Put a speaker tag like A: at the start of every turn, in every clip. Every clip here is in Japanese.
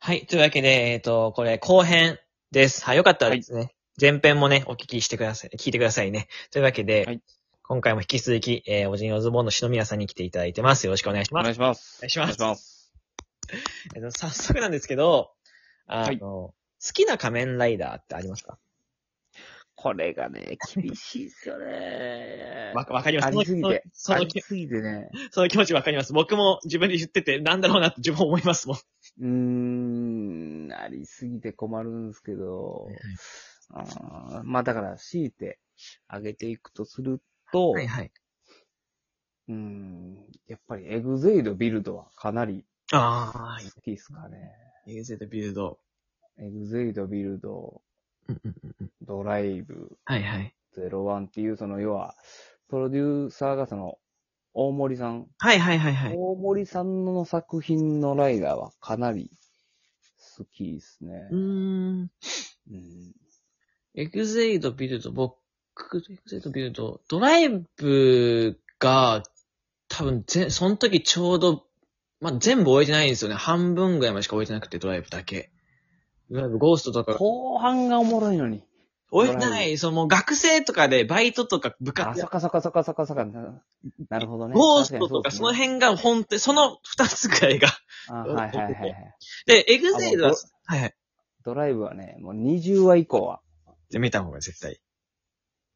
A: はい。というわけで、えっ、と、これ後編です。はい。よかったらですね、前編もね、お聞きしてください、聞いてくださいね。というわけで、
B: はい
A: 今回も引き続き、えー、おじんおずぼんの篠宮さんに来ていただいてます。よろしくお願いし
B: お
A: ます。
B: 願いします。
A: お願いします
B: お願いします。
A: えっと早速なんですけど、あの、好きな仮面ライダーってありますか
B: これがね、厳しいっすよね。
A: わわかります。
B: ありすぎて。
A: その
B: あ
A: その
B: りすぎてね。
A: その気持ちわかります。僕も自分で言ってて、なんだろうなって自分思いますもん。
B: うーん、ありすぎて困るんですけど、あーまあだから、強いて上げていくとすると、
A: はいはい。
B: うーん、やっぱりエグゼイドビルドはかなり
A: ああ、
B: 好きですかね。
A: ユーゼルビルド。
B: エグゼイドビルド、
A: うんうんうんうん。
B: ドライブ、
A: はいはい。
B: 01っていう、その要は、プロデューサーがその、大森さん
A: はいはいはいはい。
B: 大森さんの作品のライダーはかなり好きですね。
A: うーん。
B: うん
A: エグゼイドビルド、僕、エグゼイドビルド、ドライブが、多分ぜ、その時ちょうど、まあ、全部終えてないんですよね。半分ぐらいまでしか終えてなくて、ドライブだけ。ドライブ、ゴーストとか、
B: 後半がおもろいのに。
A: 終えてない、そのもう学生とかでバイトとか部
B: あ、
A: 活
B: そっ、かそっかそっかそっかそっか。ななるほどね。
A: ゴーストとか
B: 確
A: その
B: に
A: 辺が本当にその二つ ぐらいが。
B: そうですね。あはいはいはいはい。
A: で、エグゼイドは
B: あもう、
A: はいはい。
B: ドライブはね、もう20話以降は。
A: で、見た方が絶対。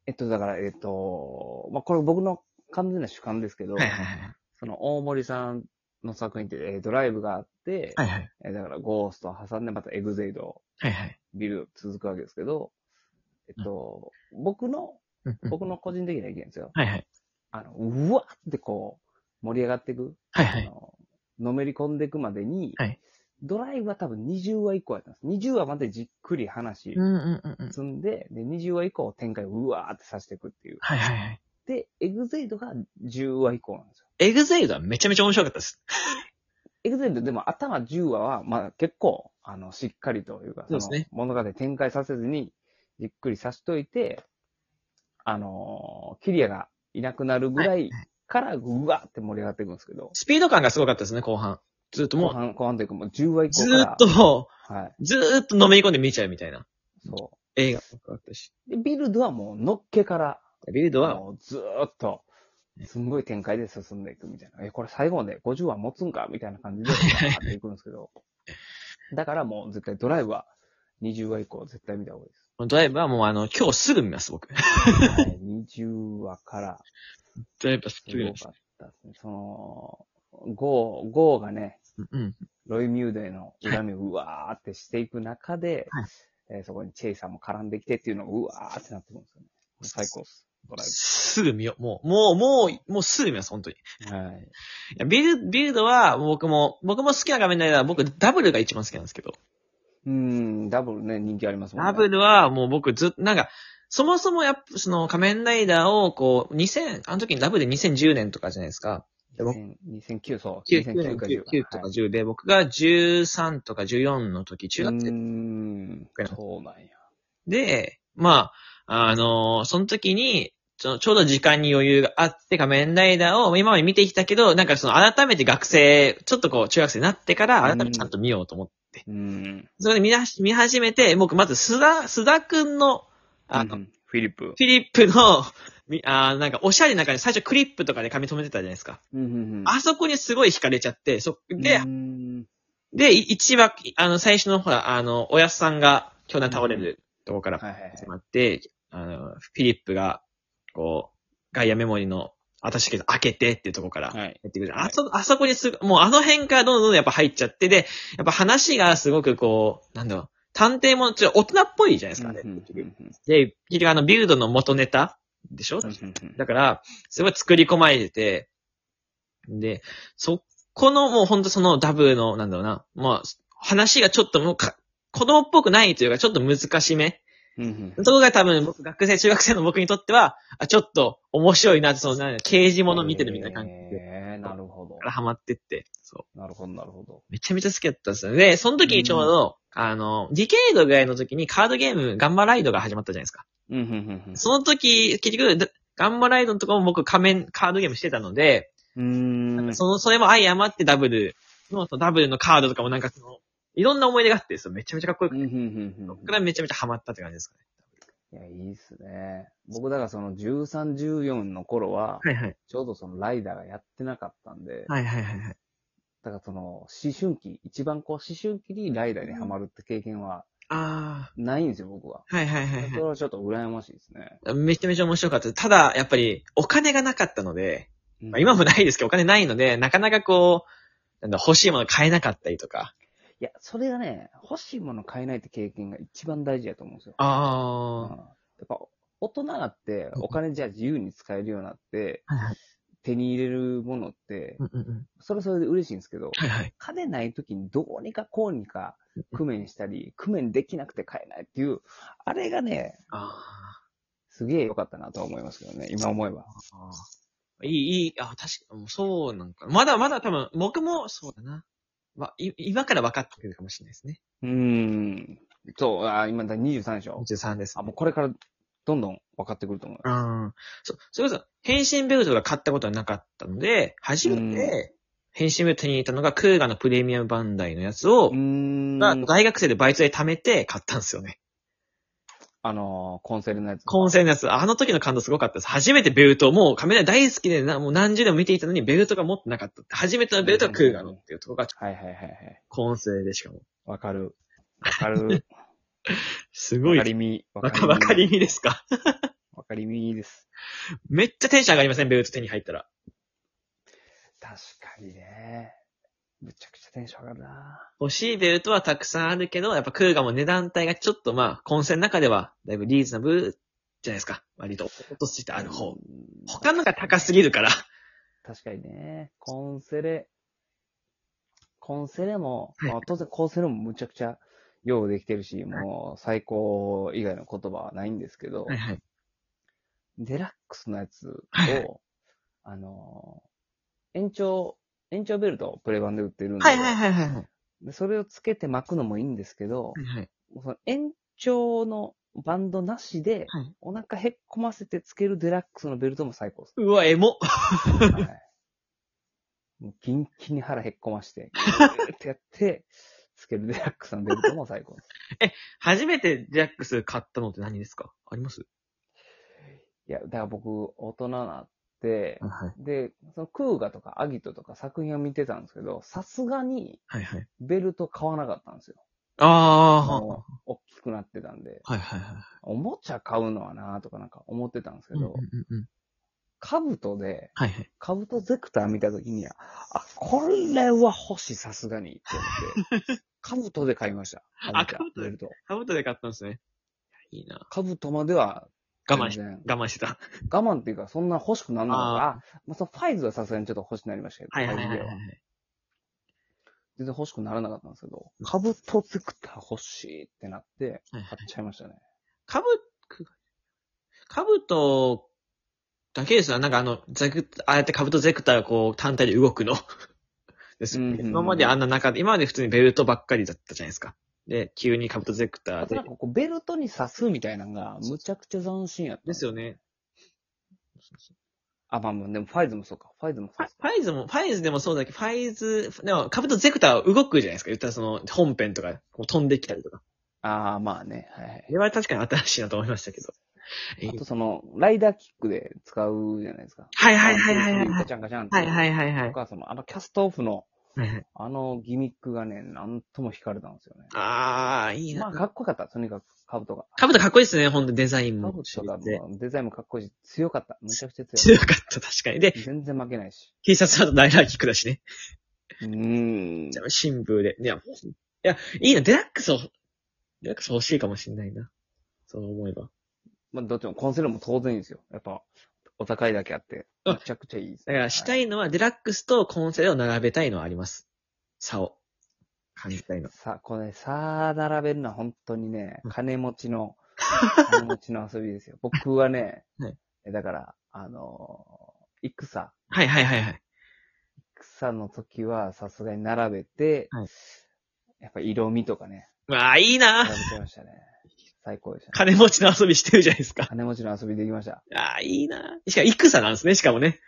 B: えっと、だから、えっと、まあ、これ僕の完全な主観ですけど、
A: はいはいはい。
B: その大森さんの作品って、えードライブがあって、
A: はいはい。
B: えーだからゴーストを挟んでまたエグゼイドを
A: はいはい。
B: ビルド続くわけですけど、えっと、僕の、
A: うんうん
B: 僕の個人的な意見ですよ。
A: はいはい。
B: あの、うわってこう、盛り上がっていく、
A: はい
B: あ
A: はい。
B: の、のめり込んでいくまでに、
A: はい
B: ドライブは多分20話以降やったんです。20話までじっくり話
A: うんうんうんうん。
B: 積んで、で、20話以降展開をうわーってさせていくっていう。
A: はいはいはい。
B: で、エグゼイドが10話以降なんですよ。
A: エグゼイドはめちゃめちゃ面白かったです。
B: エグゼイドでも頭10話は、まあ結構、あの、しっかりというか、
A: そうですね
B: その物語展開させずに、じっくりさしといて、あのーキリアがいなくなるぐらいから、うわーって盛り上がっていくんですけど、
A: スピード感がすごかったですね、後半。ずっと
B: 後
A: もう、
B: 半、後半というかもう10話以降
A: ず
B: から。
A: ーっ。と、
B: はい。
A: ずーっとのめり込んで見ちゃうみたいな
B: そ
A: 映画も多かったし。
B: う。で、ビルドはもうのっけから、
A: ビルドは、
B: もうずーっと、すんごい展開で進んでいくみたいな。え、これ最後まで50話持つんかみたいな感じで、わーっていくんですけど。だからもう絶対ドライブは20話以降絶対見た方がいいです。
A: ドライブはもうあの、今日すぐ見ます、僕。
B: はい、20話から、
A: ドライブはす
B: す
A: ぐ見
B: ご
A: ます。
B: かったですね。その、ゴー、ゴーがね、
A: うん。
B: ロイ・ミューデーの恨みをうわーってしていく中で、
A: は
B: えーそこにチェイサーも絡んできてっていうのがうわーってなってくるんですよね。最高です。ドライ
A: すぐ見よう。もう、もう、もう、もうすぐ見ます、本当に。い
B: ブ。はい。
A: やビル、ビルドは、僕も、僕も好きな画面ライダー、僕、ダブルが一番好きなんですけど。
B: うーん、ダブルね、人気ありますもん
A: ダ
B: ね。
A: ブルはもう僕ずっと、なんか、そもそもやっぱその仮面ライダーをこう、2000、あの時にダブルで2010年とかじゃないですか。で僕
B: 2000 2009、そう。
A: 9
B: か
A: 9とか
B: はい
A: 10で、僕が13とか14の時、中学
B: うー
A: 生
B: ん、そうなんや。
A: で、まあ、あのーその時に、ちょちょうど時間に余裕があって、仮面ライダーを今まで見てきたけど、なんかその改めて学生、ちょっとこう中学生になってから改めてちゃんと見ようと思って、
B: うーん。
A: それで見なし見始めて、僕まず須田、須田くんの、あの、
B: うんフィリップ。
A: フィリップの、みあーなんか、おしゃれな感じ、最初クリップとかで髪留めてたじゃないですか。
B: うんうんうん
A: あそこにすごい惹かれちゃって、そ、で、
B: うーん
A: で、い一話、あの、最初のほら、あの、おやっさんが、巨大倒れるとこから
B: はいはいはい。
A: 始まって、あの、フィリップが、こう、ガイアメモリの、私けど開けてっていうとこから、
B: は
A: や
B: い
A: ってくる。
B: はい
A: あそ、あそこにすぐ、もうあの辺からどんどんどんどんやっぱ入っちゃって、で、やっぱ話がすごくこう、なんだろう、探偵もの、ちょっと大人っぽいじゃないですか、あれ。
B: うんうんうんうん
A: で、結局あの、ビルドの元ネタでしょ、だから、すごい作り込まれてて、で、そこのもうほんとそのダブルの、なんだろうな、まあ、話がちょっともうか、子供っぽくないというか、ちょっと難しめ。
B: うんうん
A: そこが多分僕、学生、中学生の僕にとっては、あ、ちょっと面白いなって、その、なんだろう刑事物見てるみたいな感じで、
B: えーなるほど
A: か。らハマってって、そう。
B: なるほど、なるほど。
A: めちゃめちゃ好きだったんですよね。で、その時にちょうど、あの、ディケイドぐらいの時にカードゲーム、ガンマライドが始まったじゃないですか。
B: うんうんうんうん
A: その時、結局、だガンマライドのとこも僕仮面、カードゲームしてたので、
B: うーん。
A: その、それも相余ってダブルの、そのダブルのカードとかもなんかその、いろんな思い出があって、そうめちゃめちゃかっこよ
B: う
A: く
B: ん
A: て、
B: うんうん
A: そっ
B: うん
A: からめちゃめちゃハマったって感じですかね。
B: いや、いいっすね。僕、だからその13、14の頃は、
A: はいはい。
B: ちょうどそのライダーがやってなかったんで、
A: はいはいはいはい。
B: だからその思春期、一番こう思春期にライダーにハマるって経験は
A: あ
B: ないんですよ、僕は。
A: あ、はいはいはい
B: それ
A: は
B: はちょっと羨ましいですね。
A: い。めちゃめちゃ面白かった。ただ、やっぱり、お金がなかったので、まあ、今も
B: い
A: ないですけど、お金ないので、なかなかこう、なんだ、欲しいもの買えなかったりとか。
B: や、それがね、欲しいもの買えないって経験が一番大事だと思うんですよ。うん
A: あ
B: やっぱ、大人になって、お金じゃあ自由に使えるようになって、
A: あ。はいはい。
B: 手に入れるものって
A: う、んうんうん。
B: それはそれで嬉しいんですけど、
A: はいはい。
B: 金ない時にどうにかこうにか工面したり、工面できなくて買えないっていう、あれがね、
A: あ
B: すげえ良かったなとは思いますけどね、今思えば。
A: あ。いい、いい、あ、確かもうそうなんか。まだまだ多分、僕もそうだな。ま、い今から分かってくるかもしれないですね。
B: うーん。そう、あ今だ23でしょ
A: 23です。
B: あ、もうこれからどんどん分かってくると思う。
A: うん。そ、それこそ、変身ベルトが買ったことはなかったので、初めて、変身ベルト手に入れたのが、クーガのプレミアムバンダイのやつを
B: う、ー
A: が
B: ん。
A: 大学生でバイトで貯めて買ったんですよね。
B: あのー、コンセルのやつ。
A: コンセルのやつ、あの時の感動すごかったです。初めてベルトを、もうカメラ大好きでな、もう何十年も見ていたのにベルトが持ってなかったって。初めてのベルトがクーガのっていうところが、
B: はいはいはいはい。
A: コンセルでしかも。
B: わかる。わかる。
A: すご
B: わ
A: い
B: か。りみ。わ
A: わか、わかりみですか
B: わかりみです。
A: めっちゃテンション上がりません、ベルト手に入ったら。
B: 確かにね。むちゃくちゃテンション上がるな。
A: 欲しいベルトはたくさんあるけど、やっぱクーガも値段帯がちょっとまあ、混戦の中では、だいぶリーズナブルじゃないですか。割と、落としてある
B: う
A: 方
B: ん。。
A: 他のが高すぎるから。
B: 確かにね。コンセレ、コンセレも、
A: はい
B: まあ当然コンセレもむちゃくちゃ用できてるし、もう最高以外の言葉はないんですけど、
A: はいはい。
B: デラックスのやつを、
A: はいは
B: あのー、延長、延長ベルトをプレ版で売ってるんで、
A: はいはいはいはいはい。
B: でそれをつけて巻くのもいいんですけど、
A: はいはい。
B: その延長のバンドなしで、
A: はい
B: お腹へっこませてつけるデラックスのベルトも最高です。
A: うわ、エモ。
B: はい。もうキンキンに腹へっこまして、ぐーってやって、つけるデラックスのベルトも最高です。
A: 初めてデラックス買ったのって何ですかあります
B: いや、だから僕、大人になって、
A: はい。
B: で、そのクーガとかアギトとか作品を見てたんですけど、さすがに
A: はいはい。
B: ベルト買わなかったんですよ。
A: あ
B: もう大きくなってたんで、
A: あ。はいはいはい。
B: おもちゃ買うのはなとかなんか思ってたんですけ
A: うんうん
B: ど、
A: うんうん
B: カブトで、
A: はいはい。
B: カブトゼクター見たときには、あ、これは欲しい、さすがに。って思 って、カブトで買いました。
A: あ兜で
B: ベルト。
A: カブトで買ったんですね。いやいいな。
B: カブトまでは、
A: 我慢し、
B: 全然
A: 我慢してた。
B: 我慢っていうか、そんな欲しくなんなかった。あ、まあ、そのファイズはさすがにちょっと欲しくなりましたけど、
A: はいはいはいは
B: フ
A: い
B: ァイズ
A: は。
B: ではい全然欲しくならなかったんですけど、カブトゼクター欲しいってなって、
A: はいは
B: 買
A: い
B: っちゃいましたね。
A: かぶ、かぶとだけですよ。なんかあの、ゼク、ああやってかぶとゼクターがこう単体で動くの。 です
B: うんうんうん
A: 今まであんな中で、今まで普通にベルトばっかりだったじゃないですか。で、急にかぶとゼクタ
B: あ
A: ー
B: と
A: で
B: なん。かこう、ベルトに刺すみたいなのが、むちゃくちゃ斬新やった。
A: ですよ。ね。
B: あ、まあまあ、でもファイズもそうか。ファイズも
A: フ
B: そう
A: ァ
B: です
A: ファイズも、ファイズでもそうだけど、ファイズ、でも、株とゼクターは動くじゃないですか。言ったらその、本編とか、こう飛んできたりとか。
B: ああ、まあね。はいはい
A: あ。れは確かに新しいなと思いましたけど。え
B: あとその、ライダーキックで使うじゃないですか。
A: はいはいはいはいはい。
B: ガチャンガチャンって。
A: はいはいはいは
B: と
A: い。
B: か、その、あのキャストオフの、
A: はいはい
B: あのギミックがね、なんとも惹かれたんですよね。
A: あー、いい
B: まあ、
A: な。
B: かっこよかった、とにかく、カブトが。
A: 株とかっこいいですね、本当デザイン
B: カ
A: も
B: ブ。ト
A: 知
B: が
A: って
B: もうデザインもかっこいいし、強かった。めちゃくちゃ強い。
A: 強かった、確かに。で、
B: 全然負けないし。
A: T シャツだとライラーキックだしね。
B: うーん。
A: じゃあ新風で。いや、いや、いいな、デラックスを、デラックス欲しいかもしんないな。そう思えば。
B: まあ、どっちも、コンセルも当然いいんですよ。やっぱ、お高いだけあって、
A: あ
B: めちゃくちゃいいです、
A: だから、した
B: はい
A: のは、デラックスとコンセルを並べたいのはあります。差を。感じたいの。
B: さあ、これ、さあ、並べるのは本当にね
A: うん、
B: 金持 ちの、金持ちの遊びですよ。僕はね、
A: はい
B: えだから、あのー戦、
A: はいはいはいはい。
B: 戦の時はさすがに並べて、
A: はい
B: やっぱ色味とかね、
A: わあ、いいな
B: 並べてましたね。最高でした、ね。
A: 金持ちの遊びしてるじゃないですか。
B: 金持ちの遊びできました。
A: ああ、いいなしかも、戦なんですね、しかもね。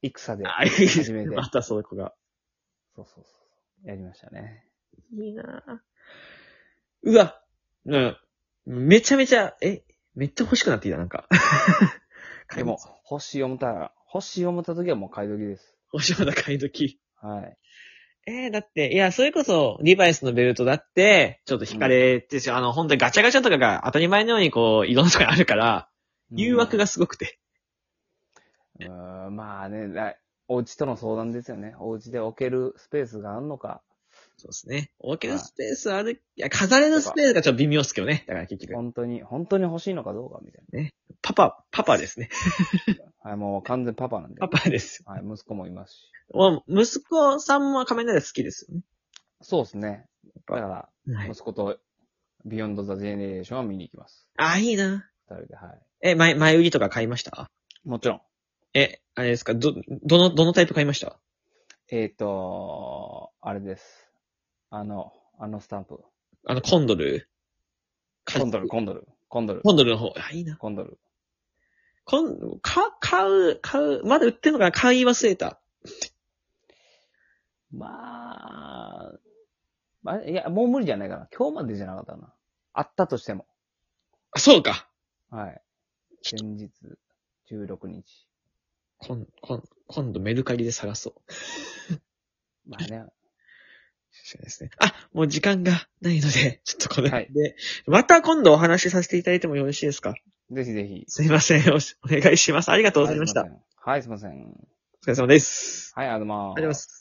B: 戦で。
A: ああ、いいです
B: 初めて
A: またその子が。
B: そうそうそう。やりましたね。
A: いいなうわ、うん、めちゃめちゃ、え、めっちゃ欲しくなってきた、なん か。
B: でも、欲しい思ったら、欲しい思った時はもう買い時です。
A: 欲しいもの買い時。
B: はい。
A: えー、だって、いや、それこそ、リバイスのベルトだって、ちょっと惹かれてし、あの、本当にガチャガチャとかが当たり前のようにこう、いろんなとこにあるから、誘惑がすごくて。
B: うーん、まあね、だお家との相談ですよね。お家で置けるスペースがあんのか。
A: そうですね。置けるスペースある、いや、飾れるスペースがちょっと微妙っすけどね。だから結局。
B: 本当に、本当に欲しいのかどうかみたい
A: パパ、パパですね。
B: な。はい、もう完全パパなん で。
A: パパです。
B: はい、息子もいますし。
A: もう息子さんも仮面ライダー好きですよ
B: そうですね。だから、
A: ね。はい。
B: 息子と、ビヨンド・ザ・ジェネレーションは見に行きます。
A: あ、いいな。
B: 二人で、はい。
A: え、前、前売りとか買いました
B: もちろん。
A: え、あれですかど、どの、どのタイプ買いました
B: えっ、ー、と、あれです。あの、あのスタンプ。
A: あの、コンドル。
B: コンドル、。コンドル、コンドル、
A: コンドルの方。あ、いいな。
B: コンドル。
A: こん、か、買う、買う、まだ売ってんのかな買い忘れた。
B: まあ、まあ、いや、もう無理じゃないかな。今日までじゃなかったな。あったとしても。
A: あ、そうか。
B: はい。前日、16日。
A: こん、こん、今度メルカリで探そう。
B: まあね、
A: そうですね。あ、もう時間がないので、ちょっとこれで、
B: はい
A: また今度お話しさせていただいてもよろしいですか
B: ぜひぜひ。
A: すいません。おしお願いします。ありがとうございました。
B: はい、すいません。はい、すいません。
A: お疲れ様です。
B: はい、ありがとうございま
A: ありがとう
B: す
A: ございます。